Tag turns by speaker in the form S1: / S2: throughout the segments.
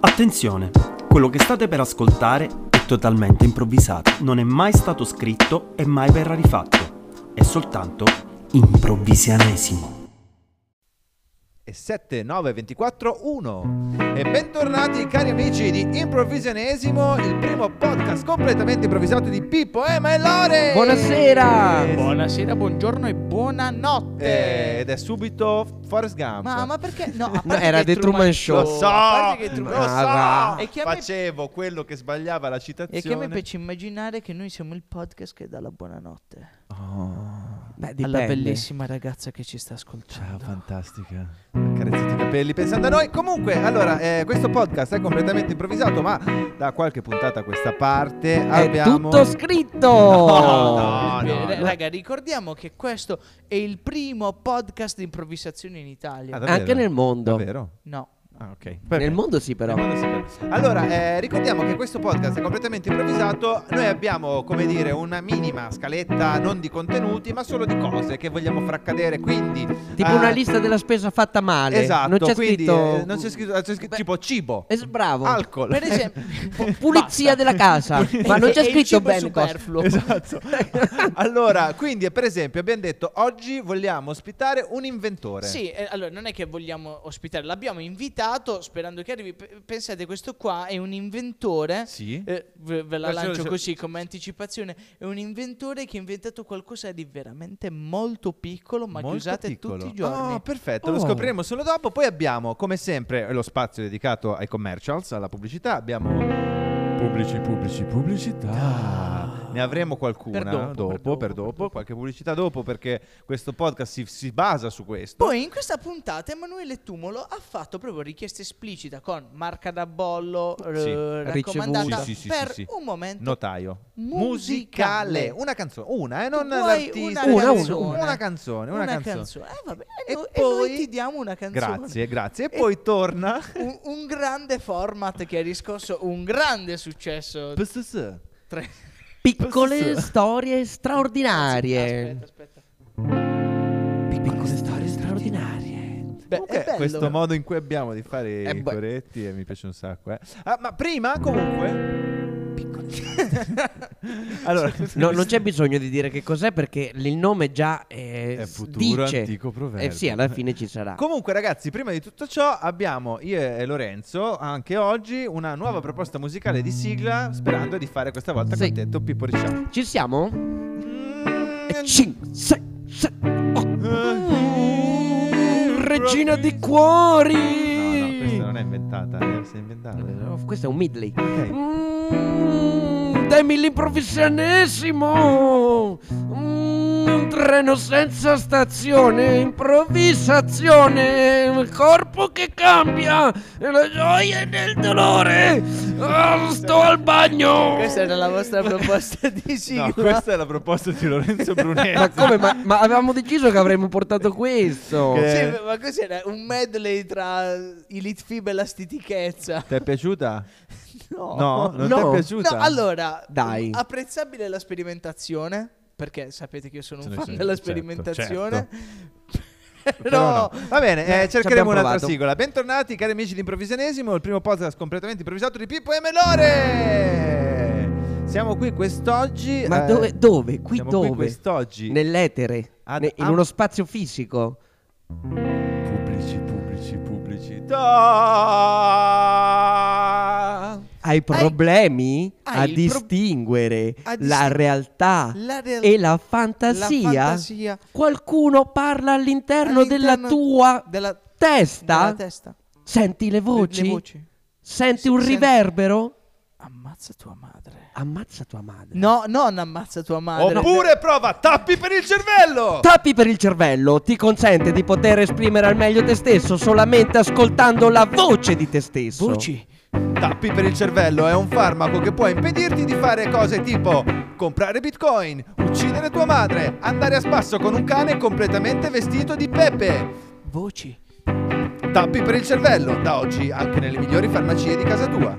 S1: Attenzione, quello che state per ascoltare è totalmente improvvisato, non è mai stato scritto e mai verrà rifatto, è soltanto improvvisianesimo.
S2: e 7, 9, 24, 1. E bentornati cari amici di Improvvisionesimo, il primo podcast completamente improvvisato di Pippo, Emma e Lore.
S3: Buonasera!
S4: Buonasera, buongiorno e buonanotte.
S2: Eh, Ed è subito Forrest Gump.
S4: ma, ma perché? No, a parte
S3: No, era
S4: che
S3: The Truman Show.
S2: Lo so,
S4: a parte che
S2: lo
S4: Truman-
S3: Ma
S2: so.
S3: va.
S4: E che a me-
S2: Facevo quello che sbagliava la citazione.
S4: E che a me piace immaginare che noi siamo il podcast che dà la buonanotte
S3: Beh,
S4: alla
S3: dipende.
S4: bellissima ragazza che ci sta
S2: Ciao,
S4: ascoltando.
S2: fantastica. Accarezzati i capelli pensando a noi. Comunque, allora, eh, questo podcast è completamente improvvisato, ma da qualche puntata a questa parte
S3: È
S2: abbiamo...
S3: tutto scritto!
S2: No, no, no.
S4: Eh, Raga, ricordiamo che questo è il primo podcast di improvvisazione in Italia.
S2: Ah, davvero?
S3: Anche nel mondo.
S2: Davvero?
S4: No.
S2: Ah, ok.
S3: Nel
S2: Perfetto.
S3: mondo sì però.
S2: Nel mondo sì. Allora, eh, ricordiamo che questo podcast è completamente improvvisato. Noi abbiamo, come dire, una minima scaletta non di contenuti, ma solo di cose che vogliamo far accadere. Quindi,
S3: Tipo
S2: eh,
S3: una lista della spesa fatta male.
S2: Esatto,
S3: Non c'è
S2: quindi,
S3: scritto...
S2: eh, non c'è scritto, c'è scritto
S3: Beh, esatto.
S2: tipo cibo,
S3: es- bravo.
S2: alcol.
S4: Per esempio, Basta.
S3: Pulizia della casa. Ma non
S4: E
S3: c'è
S4: il
S3: scritto
S4: cibo è
S3: bene cosa.
S4: superfluo.
S2: Esatto. allora, quindi, per esempio, abbiamo detto oggi vogliamo ospitare un inventore.
S4: Sì, eh, allora non è che vogliamo ospitare, l'abbiamo invitato sperando che arrivi. P- pensate, questo qua è un inventore.
S2: Sì.
S4: Eh, ve, ve la
S2: Questo
S4: lancio
S2: lo-
S4: così come anticipazione. È un inventore che ha inventato qualcosa di veramente molto piccolo, ma che
S2: Molto
S4: usate
S2: piccolo.
S4: tutti i giorni.
S2: Oh, perfetto, lo
S3: Oh.
S2: scopriremo solo dopo. Poi abbiamo, come sempre, lo spazio dedicato ai commercials, alla pubblicità. Abbiamo pubblici, pubblici, pubblicità. Ne avremo qualcuna
S4: Per dopo, per
S2: dopo, per dopo,
S4: dopo,
S2: qualche pubblicità dopo perché questo podcast si, si basa su questo.
S4: Poi in questa puntata Emanuele Tumolo ha fatto proprio richiesta esplicita con marca da bollo eh,
S2: Sì,
S4: raccomandata
S2: Sì, sì, sì,
S4: per
S2: sì, sì.
S4: un momento
S2: Notaio
S4: musicale.
S2: una canzone, una, eh, non
S4: Tu hai
S2: l'artista,
S3: una Una,
S4: canzone. una.
S2: una canzone, una, canzone.
S4: Eh, vabbè, e,
S2: E
S4: no- e
S2: poi-
S4: noi ti diamo una canzone.
S2: Grazie, grazie. E poi torna
S4: un, un grande format che ha riscosso un grande successo.
S2: PSS.
S4: Tre-
S3: Piccole storie straordinarie.
S4: Aspetta, aspetta.
S3: Piccole storie straordinarie.
S4: Beh,
S2: Comunque,
S4: è bello.
S2: questo modo in cui abbiamo di fare
S3: È
S2: i
S3: be-
S2: coretti eh, mi piace un sacco. eh. Ah, ma prima, comunque, allora,
S3: No, non c'è bisogno di dire che cos'è perché il nome già eh,
S2: È
S3: s-
S2: futuro
S3: dice.
S2: antico proverbio.
S3: Eh sì, alla fine ci sarà.
S2: Comunque, ragazzi, prima di tutto ciò, abbiamo io e Lorenzo anche oggi una nuova proposta musicale di sigla. Sperando di fare questa volta
S3: Sì.
S2: contento Pippo Ricciardo.
S3: Ci siamo? Eh,
S2: Mm,
S3: 5, 6, 7, 8.
S2: eh,
S3: Regina di
S2: No,
S3: cuori.
S2: no, questa non è inventata, eh, si è inventata.
S3: Eh, Questo è un midley.
S2: Ok.
S3: Mm, Dammi l'improvvisanesimo. Mm, un treno senza stazione. Improvvisazione. Il corpo che cambia. E la gioia e nel dolore. Ah, sto al bagno.
S4: Questa era la vostra proposta di sigla.
S2: No, questa è la proposta di Lorenzo Brunello.
S3: Ma come? Ma, ma avevamo deciso che avremmo portato questo.
S2: Che-
S4: Sì, ma cos'era? Un medley tra i Litfib e la stitichezza.
S2: Ti è piaciuta?
S4: No.
S2: No, non ti è
S3: No.
S2: piaciuta?
S4: No, allora,
S3: Dai.
S4: mh, apprezzabile la sperimentazione, perché sapete che io sono un
S2: Sono-
S4: fan
S2: sono-
S4: della
S2: certo,
S4: sperimentazione.
S2: Però no.
S4: Però,
S2: Va bene, eh,
S3: Eh, ci
S2: cercheremo
S3: abbiamo
S2: un'altra
S3: provato.
S2: sigla. Bentornati, cari amici di Improvvisionesimo, il primo podcast completamente improvvisato di Pippo e Melore. Siamo qui quest'oggi.
S3: Ma
S2: eh,
S3: dove? dove? Qui
S2: siamo
S3: dove?
S2: Qui quest'oggi.
S3: Nell'etere.
S2: Ad-
S3: ne- in
S2: am-
S3: uno spazio fisico.
S2: Pubblici, pubblici, pubblicità.
S3: Hai problemi
S4: hai
S3: a
S4: il pro-
S3: distinguere
S4: a dis-
S3: la realtà
S4: la real-
S3: e la fantasia?
S4: La fantasia.
S3: Qualcuno parla all'interno, della
S4: All'interno
S3: tua
S4: della-
S3: testa?
S4: della testa.
S3: Senti le voci?
S4: Le voci.
S3: Senti
S4: Sì,
S3: un
S4: senti-
S3: riverbero?
S4: Ammazza tua madre.
S3: Ammazza tua madre.
S4: No, non ammazza tua madre.
S2: Oppure prova tappi per il cervello.
S3: Tappi per il cervello ti consente di poter esprimere al meglio te stesso solamente ascoltando la voce di te stesso.
S4: Voci.
S2: Tappi per il cervello è un farmaco che può impedirti di fare cose tipo comprare bitcoin, uccidere tua madre, andare a spasso con un cane completamente vestito di pepe.
S4: Voci.
S2: Tappi per il cervello, da oggi anche nelle migliori farmacie di casa tua.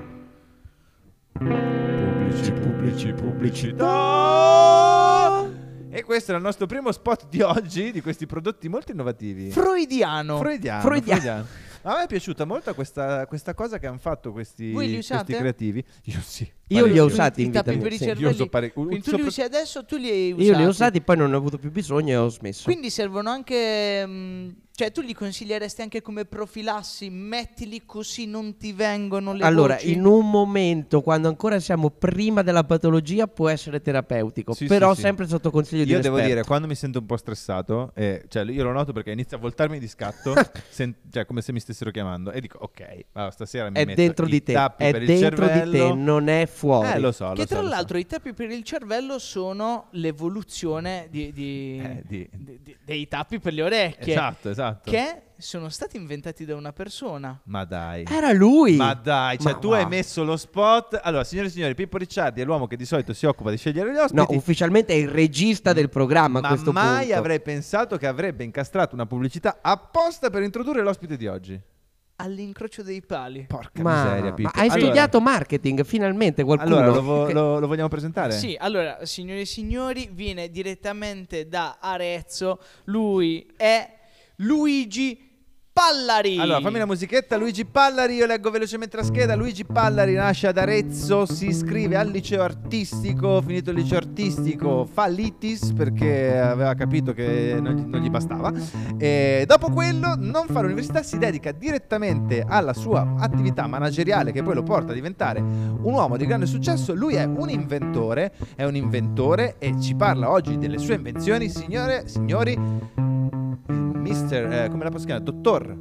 S2: Pubblici, pubblici, pubblicità. E questo era il nostro primo spot di oggi di questi prodotti molto innovativi.
S4: Freudiano.
S2: Freudiano.
S3: Freudiano.
S2: freudiano. A me è piaciuta molto questa, questa cosa che hanno fatto questi,
S4: Voi li
S2: questi
S4: usate?
S2: creativi. Io sì.
S3: Io li ho
S2: parecchio.
S3: usati
S4: I
S3: in vita
S4: tappi
S3: mia,
S4: per i
S3: sì.
S2: Io uso
S4: cervelli.
S2: pare- u-
S4: Quindi tu li
S2: sopra-
S4: usi adesso, tu li hai usati.
S3: Io li ho usati, poi non ne ho avuto più bisogno e ho smesso.
S4: Quindi servono anche. mh, Cioè, tu li consiglieresti anche come profilassi, mettili così non ti vengono le
S3: allora,
S4: voci?
S3: in un momento, quando ancora siamo prima della patologia, può essere terapeutico,
S2: Sì,
S3: però
S2: sì, sì.
S3: sempre sotto consiglio di
S2: Io
S3: un
S2: devo
S3: esperto.
S2: dire, quando mi sento un po' stressato, eh, cioè, io lo noto perché inizio a voltarmi di scatto, sen- cioè, come se mi stessero chiamando, e dico, ok, allora, stasera mi
S3: è
S2: metto
S3: dentro
S2: i
S3: di te,
S2: tappi
S3: è
S2: per il
S3: dentro di te,
S2: cervello.
S3: non è fuori.
S2: Eh, lo so, lo
S4: Che
S2: so,
S4: tra
S2: lo so.
S4: l'altro i tappi per il cervello sono l'evoluzione di- di-
S2: Eh, di-
S4: di- di- dei tappi per le orecchie.
S2: Esatto, esatto.
S4: Che sono stati inventati da una persona.
S2: Ma dai.
S3: Era lui.
S2: Ma dai, cioè
S3: Ma
S2: tu
S3: va.
S2: hai messo lo spot. Allora, signore e signori, Pippo Ricciardi è l'uomo che di solito si occupa di scegliere gli
S3: No,
S2: ospiti.
S3: ufficialmente è il regista del programma a
S2: ma
S3: questo
S2: mai
S3: punto.
S2: avrei pensato che avrebbe incastrato una pubblicità apposta per introdurre l'ospite di oggi.
S4: All'incrocio dei pali.
S2: Porca
S3: Ma,
S2: miseria, Pippo.
S3: ma hai
S2: Allora-
S3: studiato marketing finalmente qualcuno?
S2: Allora, lo, vo-
S3: Che-
S2: lo- lo vogliamo presentare?
S4: Sì, allora, signore e signori, viene direttamente da Arezzo. Lui è Luigi Pallari.
S2: Allora, fammi la musichetta. Luigi Pallari, io leggo velocemente la scheda. Luigi Pallari nasce ad Arezzo, si iscrive al liceo artistico, finito il liceo artistico fa litis perché aveva capito che non gli, non gli bastava. E dopo quello non fa l'università, si dedica direttamente alla sua attività manageriale che poi lo porta a diventare un uomo di grande successo. Lui è un inventore, è un inventore e ci parla oggi delle sue invenzioni, signore, signori. Mister, eh, come la posso chiamare? Dottor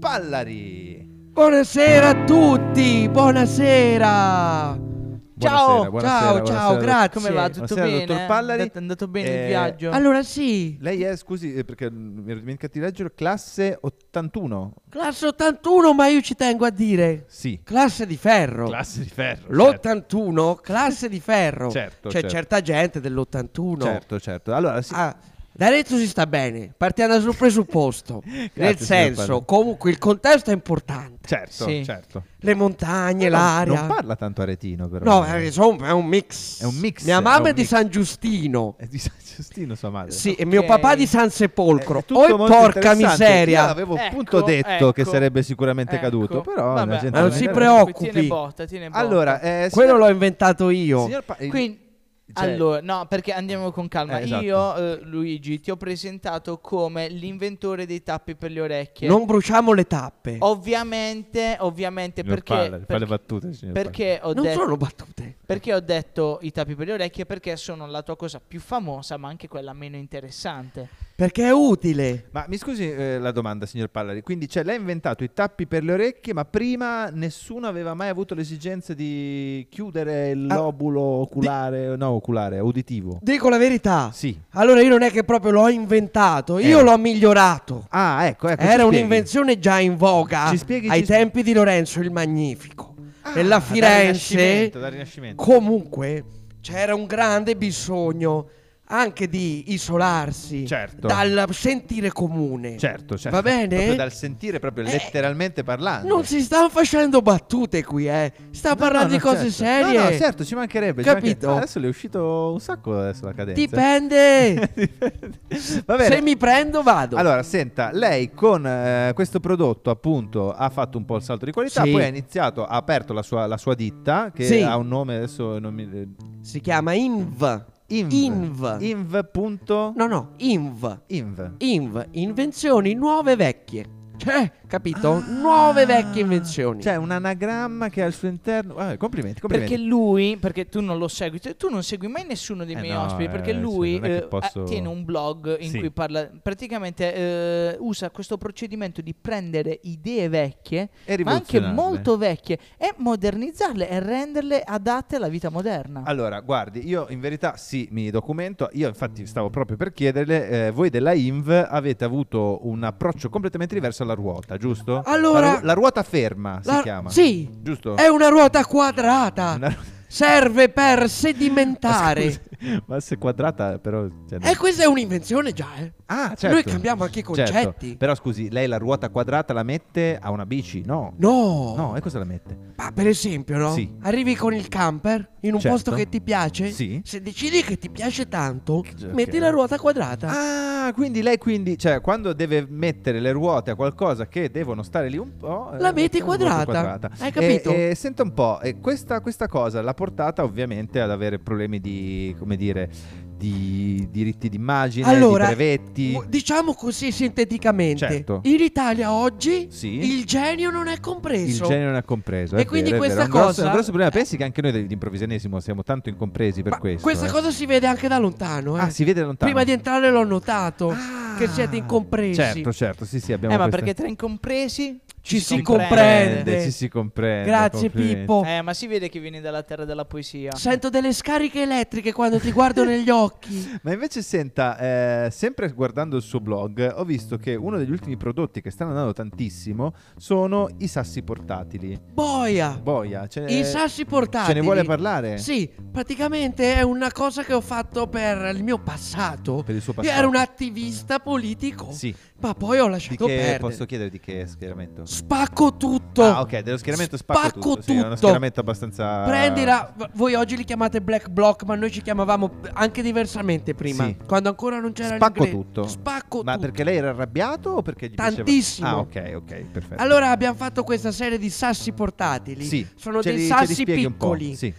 S2: Pallari.
S3: Buonasera a tutti, buonasera.
S2: Buonasera,
S4: Ciao,
S2: buonasera,
S3: ciao,
S2: buonasera,
S3: ciao,
S2: dott-
S3: grazie.
S4: Come va? Tutto
S2: Buonasera,
S4: bene?
S2: dottor Pallari.
S4: È andato bene
S2: Eh,
S4: il viaggio?
S3: Allora sì,
S2: Lei è, scusi, eh, perché mm, mi ero dimenticato di leggere, classe 81.
S3: classe 81, ma io ci tengo a dire
S2: Sì.
S3: classe di ferro.
S2: Classe di ferro. certo.
S3: L'81, classe di ferro.
S2: Certo,
S3: C'è
S2: certo.
S3: certa gente dell'81.
S2: Certo, certo. Allora, sì.
S3: Ah, da Arezzo si sta bene, partiamo dal suo presupposto. Nel
S2: Grazie, signor
S3: senso,
S2: Pallari.
S3: comunque il contesto è importante.
S2: certo,
S4: sì.
S2: certo.
S3: Le montagne,
S2: Eh, No,
S3: l'aria.
S2: Non parla tanto aretino, però.
S3: No, eh, insomma, è un mix.
S2: È un mix,
S3: Mia
S2: è un
S3: mamma è di
S2: mix. Eh,
S3: San Giustino.
S2: È di San Giustino sua madre.
S3: Sì,
S4: Ok.
S3: e mio papà di San
S2: Eh, È
S3: Sepolcro.
S2: tutto
S3: Oh,
S2: molto
S3: porca
S2: interessante. Io
S3: miseria.
S2: avevo
S4: Ecco,
S2: appunto detto che
S4: ecco,
S2: sarebbe sicuramente
S4: ecco.
S2: caduto, però
S4: Vabbè,
S2: la gente
S3: Ma non si
S2: veramente-
S3: preoccupi.
S4: Tiene botta, tiene botta.
S2: Allora, eh,
S3: Quello
S2: signor-
S3: l'ho inventato io.
S2: signor Pa- il-
S4: Quindi,
S2: cioè-
S4: allora, no, perché andiamo con calma.
S2: Eh, esatto.
S4: Io, eh, Luigi, ti ho presentato come l'inventore dei tappi per le orecchie.
S3: Non bruciamo le tappe.
S4: Ovviamente, ovviamente,
S2: Signor
S4: perché,
S2: Pallari, fa le
S4: perché-
S2: battute, signor
S4: perché ho
S3: non
S4: detto...
S3: sono battute.
S4: Perché ho detto i tappi per le orecchie? Perché sono la tua cosa più famosa, ma anche quella meno interessante.
S3: Perché è utile.
S2: Ma mi scusi eh, la domanda, signor Pallari. Quindi, cioè, lei ha inventato i tappi per le orecchie, ma prima nessuno aveva mai avuto l'esigenza di chiudere il
S3: Ah,
S2: lobulo oculare, no, oculare, uditivo.
S3: Dico la verità.
S2: Sì.
S3: Allora io non è che proprio l'ho inventato, io
S2: Eh.
S3: l'ho migliorato.
S2: Ah, ecco, ecco. ci
S3: Era
S2: spieghi.
S3: un'invenzione già in voga
S2: Ci spieghi,
S3: ai
S2: ci-
S3: tempi di Lorenzo il Magnifico.
S2: Ah,
S3: e la
S2: dal
S3: Firenze
S2: Rinascimento, dal Rinascimento.
S3: comunque c'era un grande bisogno anche di isolarsi
S2: Certo.
S3: dal sentire comune.
S2: Certo, certo.
S3: Va bene?
S2: Proprio dal sentire, proprio
S3: Eh,
S2: letteralmente parlando.
S3: Non si stanno facendo battute qui, eh. Sta
S2: No,
S3: parlando
S2: no,
S3: di
S2: certo.
S3: cose serie.
S2: No, no, certo, ci mancherebbe. ci
S3: Capito?
S2: mancherebbe. Adesso le è uscito un sacco adesso la cadenza.
S3: Dipende.
S2: Dipende. Va bene.
S3: Se mi prendo vado.
S2: Allora, senta, lei con eh, questo prodotto appunto ha fatto un po' il salto di qualità,
S3: Sì.
S2: poi ha iniziato, ha aperto la sua, la sua ditta che
S3: Sì.
S2: ha un nome adesso non mi... eh,
S3: si chiama Inv.
S2: Inv.
S3: Inv.
S2: Inv. punto-
S3: No, no, Inv.
S2: Inv.
S3: Inv, invenzioni nuove e vecchie. Cioè, capito? nuove vecchie invenzioni.
S2: Ah. Cioè un anagramma che ha al suo interno... Ah, complimenti, complimenti.
S4: Perché lui, perché tu non lo segui, tu tu non segui mai nessuno dei
S2: Eh
S4: miei
S2: no,
S4: ospiti, perché
S2: eh, sì,
S4: lui
S2: non è che
S4: eh,
S2: posso-
S4: eh, tiene un blog in
S2: Sì.
S4: cui parla, praticamente eh, usa questo procedimento di prendere idee vecchie,
S2: E
S4: ma anche
S2: rivoluzionarle.
S4: molto vecchie, e modernizzarle e renderle adatte alla vita moderna.
S2: Allora, guardi, io in verità sì, mi documento. Io infatti stavo proprio per chiederle, eh, voi della INV avete avuto un approccio completamente diverso alla ruota, giusto?
S3: Allora-
S2: la, ru- la ruota ferma si
S3: La-
S2: chiama.
S3: sì.
S2: Giusto?
S3: È una ruota quadrata.
S2: Una ruota-
S3: Serve per sedimentare.
S2: Scusi. Ma se quadrata, però. cioè,
S3: E questa è un'invenzione già, eh.
S2: Ah, certo.
S3: Noi cambiamo anche i
S2: Certo.
S3: concetti.
S2: Però scusi, lei la ruota quadrata la mette a una bici? No.
S3: No.
S2: No, e cosa la mette?
S3: Ma per esempio, no?
S2: Sì.
S3: Arrivi con il camper in un
S2: Certo.
S3: posto che ti piace.
S2: Sì.
S3: Se decidi che ti piace tanto,
S2: Che-
S3: metti
S2: ok.
S3: la ruota quadrata.
S2: Ah, quindi lei quindi, cioè, quando deve mettere le ruote a qualcosa che devono stare lì un po', eh,
S3: La metti
S2: mette una ruota
S3: quadrata. Hai
S2: E-
S3: capito?
S2: E, senta un po', e questa, questa cosa l'ha portata ovviamente ad avere problemi di, come dire, di diritti d'immagine,
S3: allora,
S2: di brevetti.
S3: mu- diciamo così sinteticamente,
S2: Certo.
S3: in Italia oggi
S2: Sì.
S3: il genio non è
S2: Il
S3: compreso.
S2: genere non è compreso. eh,
S3: E
S2: è
S3: quindi
S2: vero, è
S3: questa
S2: vero. È un grosso-
S3: cosa- eh.
S2: è un grosso problema. Pensi che anche noi dell'improvvisionismo siamo tanto incompresi per
S3: Ma
S2: questo.
S3: questa
S2: eh.
S3: cosa si vede anche da lontano. eh.
S2: Ah, si vede da lontano.
S3: Prima di entrare l'ho notato.
S2: Ah,
S3: che siete incompresi.
S2: Certo, certo, sì, sì, abbiamo
S4: eh, ma
S2: questa-
S4: perché tra incompresi
S3: Ci si comprende.
S2: Ci si comprende.
S3: Grazie
S2: complimenti.
S3: Pippo.
S4: Eh, ma si vede che vieni dalla terra della poesia.
S3: Sento delle scariche elettriche quando ti guardo negli occhi.
S2: Ma invece senta, eh, sempre guardando il suo blog, ho visto che uno degli ultimi prodotti che stanno andando tantissimo sono i sassi portatili.
S3: Boia.
S2: Boia, ce ne-
S3: I sassi portatili.
S2: Ce ne vuole parlare?
S3: Sì, praticamente è una cosa che ho fatto per il mio passato.
S2: Per il suo
S3: Io
S2: passato.
S3: Ero un attivista politico.
S2: Sì.
S3: Ma poi ho
S2: Di
S3: lasciato
S2: che
S3: perdere.
S2: posso chiedere di che schieramento?
S3: Spacco tutto.
S2: Ah, ok, dello schieramento spacco,
S3: Spacco
S2: tutto. Sì, è uno
S3: tutto.
S2: schieramento abbastanza
S3: Prendila, v- voi oggi li chiamate black block, ma noi ci chiamavamo anche diversamente prima,
S2: Sì.
S3: quando ancora non c'era
S2: Spacco
S3: l'inglese.
S2: tutto.
S3: Spacco
S2: Ma
S3: tutto.
S2: perché lei era arrabbiato o perché gli
S3: Tantissimo.
S2: Piaceva? Ah, ok, ok, perfetto.
S3: Allora abbiamo fatto questa serie di sassi portatili.
S2: sì,
S3: Sono
S2: ce
S3: dei
S2: li- ce li
S3: sassi
S2: spieghi un po',
S3: piccoli,
S2: Sì.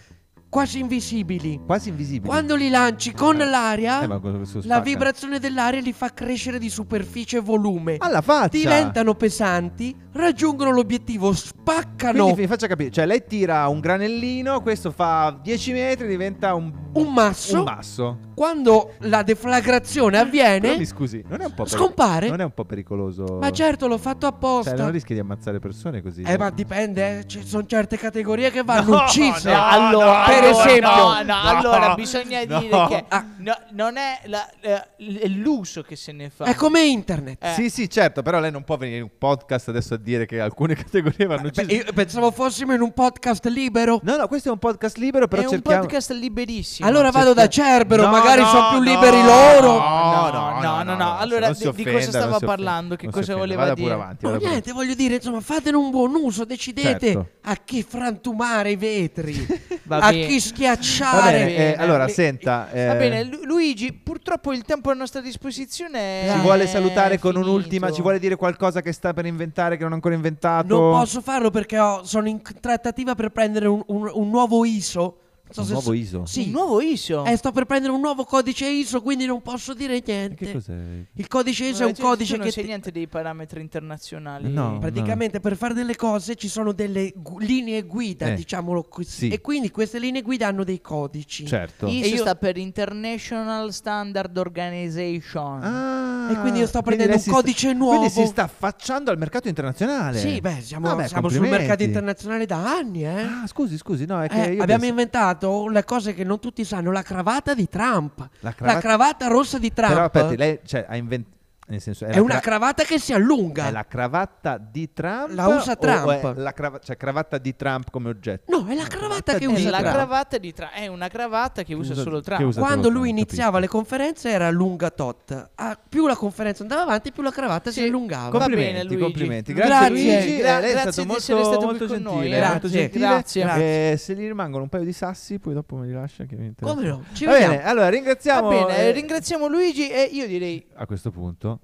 S3: quasi invisibili.
S2: Quasi invisibili.
S3: Quando li lanci con
S2: Eh,
S3: l'aria,
S4: Ah,
S2: eh, ma cosa- cosa
S3: la
S2: spacca?
S3: vibrazione dell'aria li fa crescere di superficie e volume.
S2: Alla faccia.
S3: Diventano pesanti, raggiungono l'obiettivo, spaccano
S2: Quindi mi faccia capire, cioè lei tira un granellino, questo fa 10 metri, diventa un,
S3: un masso.
S2: un masso.
S3: Quando la deflagrazione avviene,
S2: Però mi scusi, non è un po' peri-
S3: Scompare?
S2: Non è un po' pericoloso.
S3: Ma certo, l'ho fatto apposta.
S2: Cioè, non rischi di ammazzare persone così.
S3: eh, ma dipende, eh. ci sono certe categorie che vanno uccise.
S2: no,
S4: allora,
S3: per
S4: allora,
S3: esempio,
S4: no, no, allora bisogna
S2: no.
S4: dire che
S3: Ah.
S4: no, non è la- eh, l- è l'uso che se ne fa.
S3: è come internet.
S4: Eh.
S2: Sì, sì, certo, però lei non può venire in un podcast adesso a dire che alcune categorie vanno
S3: Beh,
S2: uccise.
S3: io pensavo fossimo in un podcast libero.
S2: No, no, questo è un podcast libero, però
S4: è un
S2: cerchiamo
S4: podcast liberissimo. Cioè,
S3: allora vado da Cerbero,
S2: No,
S3: magari
S2: no,
S3: sono più
S2: no,
S3: liberi
S2: no,
S3: loro.
S4: No, no, no, no, no. Allora,
S2: non si
S4: di- di cosa
S2: offenda,
S4: stava
S2: non si offenda,
S4: parlando? Che
S2: non
S4: cosa
S2: si offenda.
S4: voleva
S2: Vada
S4: dire?
S2: Pure avanti,
S3: No,
S2: vada pure
S3: niente, voglio dire, insomma, fatene un buon uso, decidete
S2: Certo.
S3: a chi frantumare i vetri,
S4: Va
S3: a
S4: bene.
S3: chi
S2: Va
S3: schiacciare.
S2: bene, eh,
S4: bene.
S2: allora
S4: Li-
S2: senta, eh,
S4: Va bene, Lu- Luigi, purtroppo il tempo a nostra disposizione è
S3: Eh,
S2: ci vuole salutare con
S4: finito.
S2: un'ultima, ci vuole dire qualcosa che sta per inventare che non ha ancora inventato?
S3: Non posso farlo perché ho- sono in trattativa per prendere un, un- un nuovo ISO. Non so
S2: Un
S3: se
S2: nuovo
S3: so-
S2: ISO?
S3: Sì.
S4: Un nuovo ISO.
S3: Eh, sto per prendere un nuovo codice ISO, quindi non posso dire niente.
S2: Che cos'è?
S3: Il codice ISO è un
S4: tu
S3: codice
S4: non
S3: che
S4: sai
S3: ti- Mm,
S4: niente dei parametri internazionali.
S2: No.
S3: praticamente per fare delle cose ci sono delle gu- linee guida,
S2: Eh,
S3: diciamolo così.
S2: sì.
S3: E quindi queste linee guida hanno dei codici.
S2: Certo.
S4: ISO
S3: E io-
S4: sta per International Standard Organization.
S2: Ah,
S3: E quindi io sto
S2: quindi
S3: prendendo
S2: lei
S3: un
S2: si sta-
S3: codice nuovo.
S2: Quindi si sta affacciando al mercato internazionale.
S3: Sì, beh, siamo,
S2: Vabbè,
S3: siamo sul
S2: complimenti.
S3: mercato internazionale da anni, eh.
S2: Ah, scusi, scusi, no, è che
S3: Eh,
S2: io
S3: abbiamo
S2: penso-
S3: inventato le cose che non tutti sanno, la cravatta di Trump, la
S2: La
S3: cravatta,
S2: cravatta-
S3: rossa di Trump.
S2: Però aspetti, lei cioè, ha inventato nel senso
S3: è
S2: cravatta
S3: una cravatta che si allunga.
S2: è la cravatta di Trump
S3: La usa
S2: o-
S3: Trump.
S2: o è la crava- cioè cravatta di Trump come oggetto.
S3: No, è la cravatta che
S4: È
S3: usa
S4: la
S3: Trump.
S4: Esatto. cravatta di Trump. È una cravatta che usa
S2: usa-
S4: solo
S2: che
S4: Trump.
S2: usa-
S3: Quando
S2: Trump,
S3: lui
S2: capisco.
S3: iniziava le conferenze era lunga tot. Ah, più la conferenza andava avanti, più la cravatta si
S4: Sì.
S3: allungava.
S4: Com-
S2: Complimenti,
S4: Ah, bene, Luigi.
S2: complimenti.
S3: Grazie.
S2: Grazie, Luigi.
S4: Gra-
S2: Eh, lei
S4: grazie
S2: è
S4: di
S2: stato
S4: essere
S2: molto,
S4: stato qui
S2: molto
S4: con
S2: gentile.
S4: noi, eh.
S2: molto
S3: Grazie.
S2: gentile.
S4: Grazie.
S2: Eh, se gli rimangono un paio di sassi, poi dopo me li lascia. Che mi interessa.
S3: Come no? Ci
S2: Va
S3: vediamo.
S2: bene, allora
S4: Va
S2: ringraziamo.
S4: bene,
S2: eh,
S4: ringraziamo Luigi e io direi
S2: a questo punto,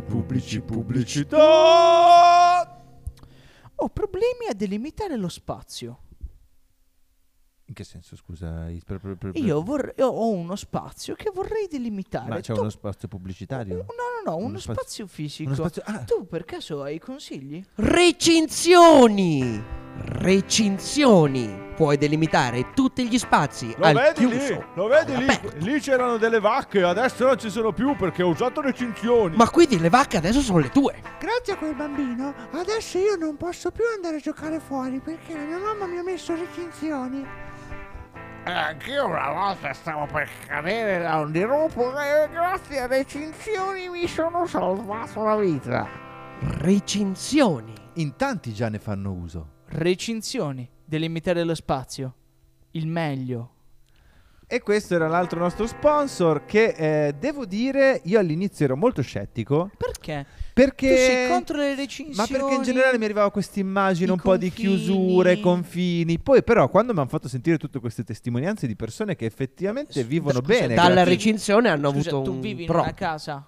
S2: pubblici,
S3: pubblici,
S2: pubblici,
S4: pubblicità. Ho problemi a delimitare lo spazio.
S2: In che senso, scusa? i- per- per- per-
S4: Io, vorrei- io ho uno spazio che vorrei delimitare.
S2: Ma c'è
S4: Tu-
S2: uno spazio pubblicitario?
S4: No, no, no, uno,
S2: Uno
S4: spazio,
S2: spazio-
S4: fisico.
S2: uno spazio- ah.
S4: Tu per caso hai consigli?
S3: Recinzioni! Recinzioni! Puoi delimitare tutti gli spazi al chiuso.
S2: Lo vedi
S3: all'aperto.
S2: Lì c'erano delle vacche, adesso non ci sono più perché ho usato le cinzioni.
S3: Ma quindi le vacche adesso sono le tue.
S5: Grazie a quel bambino, adesso io non posso più andare a giocare fuori perché la mia mamma mi ha messo recinzioni. Anch'io una volta stavo per cadere da un dirupo e grazie alle recinzioni mi sono salvato la vita.
S3: Recinzioni.
S2: In tanti già ne fanno uso.
S4: Recinzioni, delimitare lo spazio. Il meglio.
S2: E questo era l'altro nostro sponsor che eh, devo dire io all'inizio ero molto scettico
S4: Perché?
S2: perché...
S4: Tu sei contro le recinzioni.
S2: Ma perché in generale mi arrivava questa immagine
S4: i
S2: un po' di
S4: confini.
S2: chiusure, confini. Poi però quando mi hanno fatto sentire tutte queste testimonianze di persone che effettivamente
S4: Scusa,
S2: vivono
S4: scusa,
S2: bene.
S3: Dalla
S2: grazie-
S3: recinzione hanno
S4: Scusa,
S3: avuto
S4: tu
S3: un
S4: vivi in
S3: pro.
S4: una casa.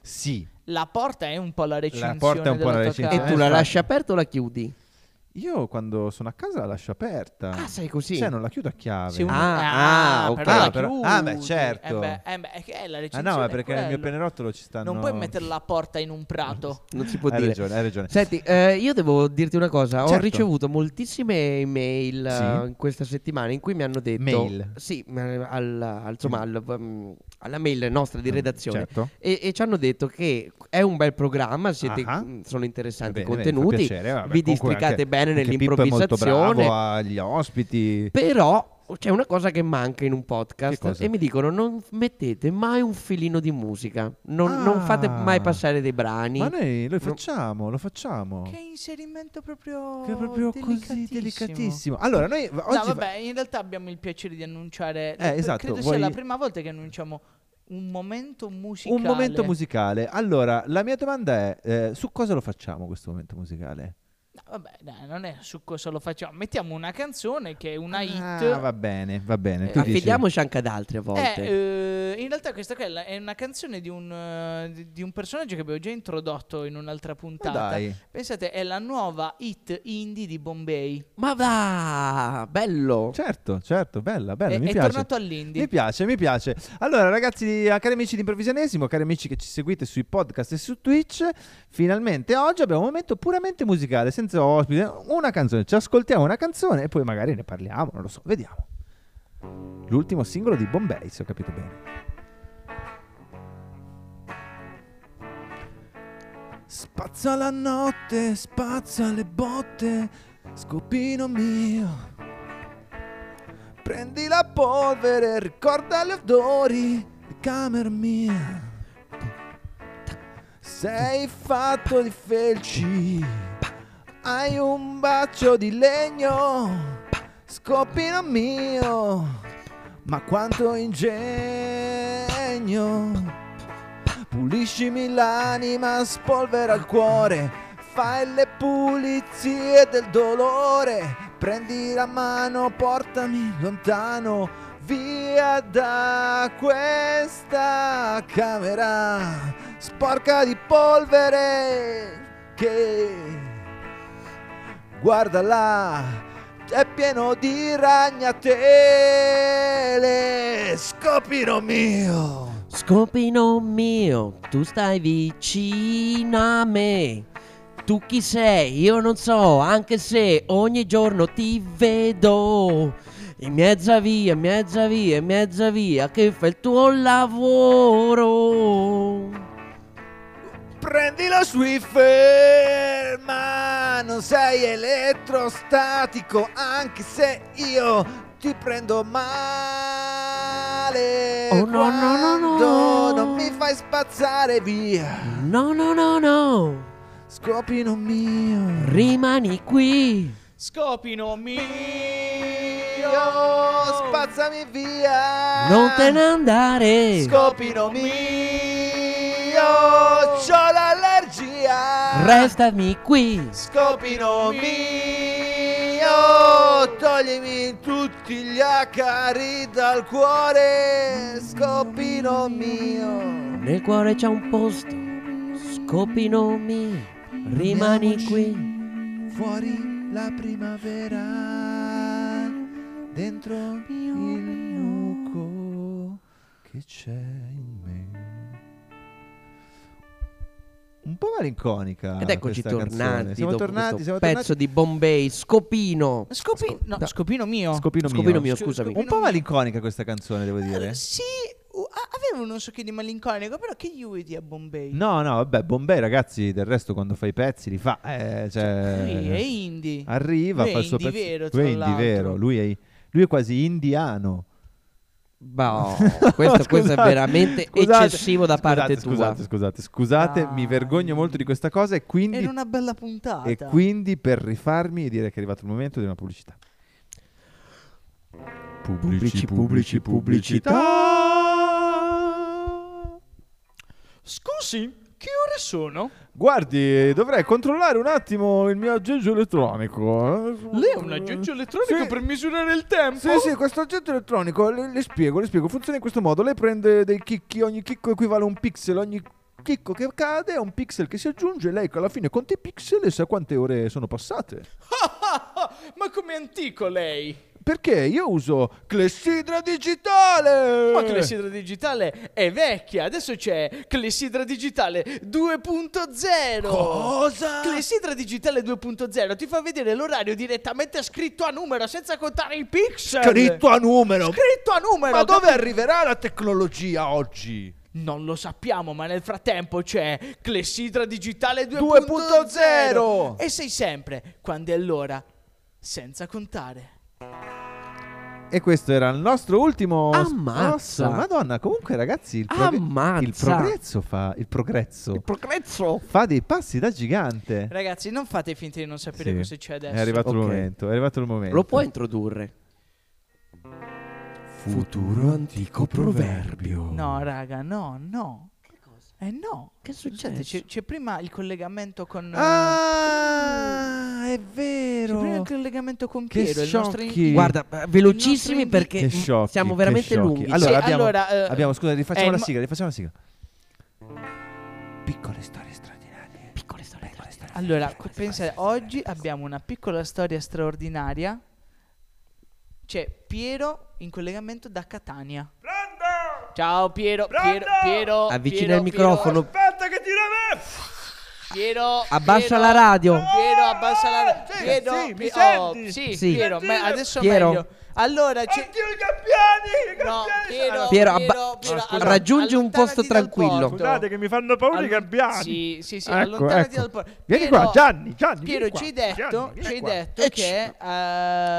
S2: Sì.
S4: La porta è un po' la recinzione.
S2: porta è un po' la
S4: della tua
S2: recinzione.
S3: E
S4: casa.
S3: tu la
S2: infatti.
S3: lasci aperta o la chiudi?
S2: Io quando sono a casa la lascio aperta.
S3: Ah, sei così.
S2: Cioè non la chiudo a chiave.
S4: Se uno-
S3: Ah, ah,
S4: ah,
S3: ok.
S4: però la
S2: Ah, però-
S4: chiudi.
S2: ah, beh, certo.
S4: Eh beh, eh beh, è che è la
S2: Ah
S4: recinzione.
S2: no, ma
S4: è
S2: perché nel mio
S4: quello.
S2: pianerottolo ci stanno
S4: Non puoi mettere la porta in un prato.
S3: Non si può
S2: Hai
S3: dire.
S2: ragione, hai ragione.
S3: Senti, eh, io devo dirti una cosa. Ho
S2: Certo.
S3: ricevuto moltissime email
S2: Sì.
S3: eh, in questa settimana in cui mi hanno detto:
S2: Mail.
S3: Sì, ma, eh, al- al- insomma, al- mm, alla mail nostra di redazione.
S2: Certo.
S3: E, e ci hanno detto che è un bel programma, siete-
S2: Ah.
S3: mm, sono interessanti i
S2: Bene, bene, fa
S3: contenuti,
S2: piacere, vabbè,
S3: vi
S2: comunque
S3: districate
S2: anche-
S3: bene
S2: anche Pippo è molto
S3: nell'improvvisazione,
S2: bravo agli ospiti.
S3: però c'è una cosa che manca in un
S2: Che
S3: podcast
S2: cosa?
S3: e mi dicono non mettete mai un filino di musica, non,
S2: Ah.
S3: non fate mai passare dei brani.
S2: Ma noi lo facciamo, lo facciamo.
S4: Che inserimento proprio.
S2: Che è proprio così delicatissimo. Allora, noi v- oggi
S4: no,
S2: va-
S4: vabbè, in realtà abbiamo il piacere di annunciare.
S2: Eh, esatto,
S4: Credo
S2: vuoi-
S4: sia la prima volta che annunciamo un momento musicale.
S2: un momento musicale. Allora, la mia domanda è eh, su cosa lo facciamo questo momento musicale?
S4: No, vabbè, dai, non è su cosa lo facciamo. Mettiamo una canzone che è una hit.
S2: Ah, va bene, va bene.
S4: Eh,
S2: tu dici-
S3: Affidiamoci anche ad altri a volte.
S4: Eh, eh, in realtà questa qua è la- è una canzone di un, eh, di- di un personaggio che avevo già introdotto in un'altra
S2: Ma
S4: puntata.
S2: dai.
S4: Pensate, è la nuova hit indie di Bombay.
S2: Eh,
S3: Ma va, bello.
S2: Certo, certo, bella, bella,
S4: è
S2: mi
S4: è
S2: piace.
S4: tornato all'indie.
S2: Mi piace, mi piace. Allora, ragazzi, cari amici di Improvvisionesimo, cari amici che ci seguite sui podcast e su Twitch, finalmente oggi abbiamo un momento puramente musicale, senza ospite, una canzone. Ci ascoltiamo una canzone e poi magari ne parliamo, non lo so, vediamo. L'ultimo singolo di Bombay, se ho capito bene. Spazza la notte, spazza le botte, scopino mio. Prendi la polvere, ricorda gli odori di camera mia. Sei fatto di felci, hai un bacio di legno, scopino mio, ma quanto ingegno. Puliscimi l'anima, spolvera il cuore, fai le pulizie del dolore, prendi la mano, portami lontano, via da questa camera, sporca di polvere che guarda là, è pieno di ragnatele, scopino mio.
S3: Scopino mio, tu stai vicino a me. Tu chi sei? Io non so, anche se ogni giorno ti vedo. In mezza via, in mezza via, in mezza via, che fai il tuo lavoro.
S2: Prendi la Swiffer, ma non sei elettrostatico, anche se io ti prendo male.
S3: Oh, no, no, no, no.
S2: quando non mi fai spazzare via.
S3: No, no, no, no,
S2: Scopino mio.
S3: rimani qui.
S4: Scopino mio.
S2: Io spazzami via.
S3: Non te ne andare.
S2: Scopino mio. C'ho l'allergia.
S3: Restami qui.
S2: Scopino mio, toglimi tutti gli acari dal cuore, scopino mio.
S3: Nel cuore c'è un posto, scopino mio, rimani qui.
S2: Fuori la primavera, dentro il muco che c'è in me. Un po' malinconica.
S3: Ed eccoci
S2: Ah, questa canzone.
S3: tornati
S2: Siamo
S3: dopo
S2: tornati,
S3: questo
S2: siamo
S3: pezzo
S2: tornati.
S3: di Bombay, scopino.
S4: Scopi- no,
S3: da-
S4: Scopino mio.
S2: Scopino,
S3: Scopino mio, Eh,
S4: Scu- Eh,
S3: scusami.
S2: Un po' malinconica questa canzone, devo dire.
S4: Sì, u- a- aveva uno so che di malinconico, però che gli vuoi dire a Bombay?
S2: No, no, vabbè, Bombay, ragazzi, del resto quando fa i pezzi li fa. eh, Ah, cioè,
S4: Qui è indie.
S2: arriva,
S4: Lui è
S2: fa il suo
S4: indie
S2: pezzo.
S4: vero,
S2: lui è
S4: tra
S2: indie
S4: l'altro.
S2: vero, lui è, lui è quasi indiano.
S3: Boh, questo, questo è
S2: Scusate,
S3: veramente
S2: scusate,
S3: eccessivo da parte
S2: scusate,
S3: tua.
S2: Scusate, scusate, scusate,
S4: Dai.
S2: mi vergogno molto di questa cosa e quindi,
S4: Era una bella puntata.
S2: e quindi per rifarmi direi che è arrivato il momento di una pubblicità.
S6: Pubblici, pubblici,
S2: pubblicità.
S4: Scusi, che ore sono?
S2: Guardi, dovrei controllare un attimo il mio aggeggio elettronico. eh.
S4: Lei ha un aggeggio
S5: Mm.
S4: elettronico
S2: Sì.
S4: per misurare il tempo?
S2: Sì, sì, questo oggetto elettronico, le, le spiego, le spiego, funziona in questo modo. Lei prende dei chicchi, ogni chicco equivale a un pixel, ogni chicco che cade è un pixel che si aggiunge, lei alla fine conta i pixel e sa quante ore sono passate.
S4: Ma come antico lei?
S2: Perché io uso clessidra digitale!
S4: Ma clessidra digitale è vecchia, adesso c'è clessidra digitale 2.0.
S2: Cosa?
S4: Clessidra digitale 2.0 ti fa vedere l'orario direttamente scritto a numero senza contare i pixel.
S2: Scritto a numero!
S4: Scritto a numero.
S2: Ma dove
S4: capi-
S2: arriverà la tecnologia oggi?
S4: Non lo sappiamo, ma nel frattempo c'è Clessidra Digitale
S2: 2.0.
S4: 2.0 e sei sempre, quando è l'ora, senza contare.
S2: E questo era il nostro ultimo s-
S3: Ammazza.
S2: nostro- Madonna, comunque ragazzi, il, prog-
S3: Ammazza.
S2: il progresso fa il progresso.
S3: Progresso.
S2: fa dei passi da gigante.
S4: Ragazzi, non fate finta di non sapere
S2: Sì.
S4: cosa c'è adesso.
S2: È arrivato il
S3: Ok.
S2: momento, è arrivato il momento.
S3: Lo puoi introdurre?
S6: Futuro antico proverbio.
S4: No, raga, no, no. Eh no.
S3: Che è
S4: Scusate, c'è, c'è prima il collegamento con... eh,
S2: Ah, è
S4: c'è prima il
S2: vero.
S4: collegamento con
S2: Che
S4: Piero, il nostro... in-
S2: sciocchi.
S3: Guarda, eh, velocissimi
S4: Il nostro
S3: perché
S2: Che
S3: mm,
S2: sciocchi,
S3: siamo
S2: che
S3: veramente
S2: sciocchi.
S3: lunghi.
S2: Allora,
S4: Sì,
S2: abbiamo,
S4: allora, eh,
S2: abbiamo, scusa, rifacciamo
S4: eh,
S2: la
S4: ma-
S2: sigla, rifacciamo la sigla. Piccole storie straordinarie.
S3: Piccole storie.
S4: Allora, co- pensa, oggi abbiamo una piccola storia straordinaria. C'è Piero in collegamento da Catania. Ciao Piero, Piero, Piero.
S3: Avvicina
S4: Piero,
S3: il microfono.
S4: Piero, Piero,
S3: Abbassa
S4: Piero,
S3: la radio.
S4: Piero, abbassa la radio.
S5: Sì,
S4: Piero,
S5: sì, mi
S4: Piero,
S5: senti?
S4: sì,
S3: Sì.
S4: Piero, ma adesso
S3: Piero.
S4: meglio. Allora, c'è
S5: Oddio, i gabbiani! I
S4: No,
S5: gabbiani!
S4: Piero,
S3: Piero, abba-
S4: Piero, Piero,
S3: scusa, raggiungi un posto
S4: allontanati dal
S3: tranquillo.
S4: porto.
S5: Scusate che mi fanno paura i
S4: Allon-
S5: gabbiani!
S4: Sì, sì, sì,
S5: Ecco,
S4: allontanati
S5: ecco.
S4: dal porto.
S5: Vieni
S4: Piero-
S5: qua, Gianni, Gianni!
S4: Piero,
S5: vieni qua,
S4: ci hai detto,
S5: Gianni, vieni
S4: ci hai
S5: qua.
S4: detto
S3: Ecc.
S4: che...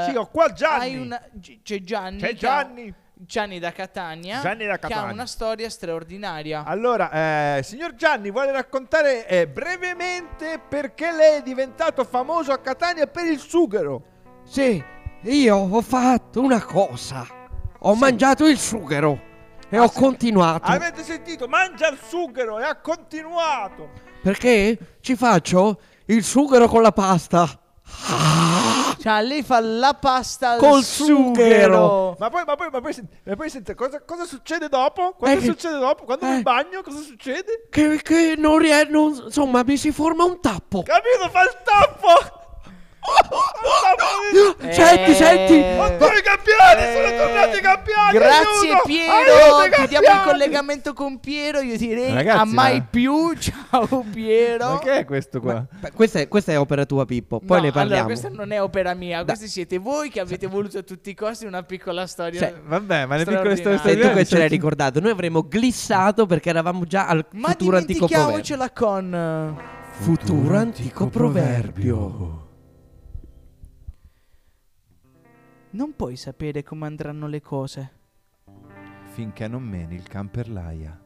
S4: eh,
S5: Sì, ho qua
S4: hai
S5: Gianni!
S4: una- gi- c'è Gianni.
S5: C'è
S4: che ha-
S5: Gianni.
S4: Gianni da Catania.
S5: Gianni da
S4: Che ha
S5: Catania.
S4: una storia straordinaria.
S5: Allora, eh, signor Gianni vuole raccontare eh, brevemente perché lei è diventato famoso a Catania per il sughero.
S3: Sì, io ho fatto una cosa. Ho mangiato il sughero e ho continuato.
S5: Avete sentito? Mangia il sughero e ha continuato.
S3: Perché ci faccio il sughero con la pasta.
S4: Cioè, lei fa la pasta al
S3: Col
S4: sughero.
S3: sughero.
S4: Oh.
S5: Ma poi, ma poi, ma poi, sen- ma poi senti, cosa, cosa succede dopo? Cosa
S3: Eh, che-
S5: succede dopo? Quando
S3: eh.
S5: mi bagno, cosa succede?
S3: Che, che non riesco. Insomma, mi si forma un tappo.
S5: Capito? Fa il tappo!
S3: Ah, Senti,
S4: Eh.
S3: senti.
S5: Oddio, i gabbiani! Eh, sono tornati i gabbiani!
S4: Grazie
S5: aiuto! Aiuto, i
S4: Piero, chiudiamo il
S5: gabbiani!
S4: collegamento con Piero, io direi
S2: Ragazzi,
S4: a mai
S3: eh.
S2: ma-
S4: più, ciao Piero.
S2: Ma che è questo qua?
S3: Beh, Questa è, questa è opera tua, Pippo. Poi
S4: No,
S3: ne parliamo.
S4: Allora, questa non è opera mia, questi siete voi che avete voluto a tutti i costi una piccola storia.
S3: Cioè,
S2: Vabbè, ma le piccole storie
S4: Straordinario.
S3: Sei tu
S2: straordinarie
S3: che ce l'hai
S2: sono-
S3: ricordato. Noi avremmo glissato perché eravamo già al
S4: Ma
S3: futuro antico proverbio.
S4: dimentichiamocela con eh,
S3: Futuro antico proverbio.
S4: Non puoi sapere come andranno le cose.
S2: Finché non meni il camperlaia.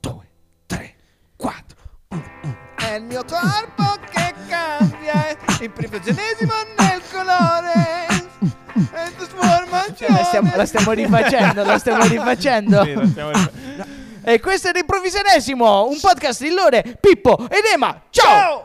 S3: Due, tre, quattro.
S2: È il mio corpo che cambia il primogenesimo nel colore e
S4: Cioè, la, stiamo, la stiamo rifacendo, la stiamo rifacendo. E questo è l'improvvisanesimo, un podcast di Lore, Pippo ed Ema. Ciao!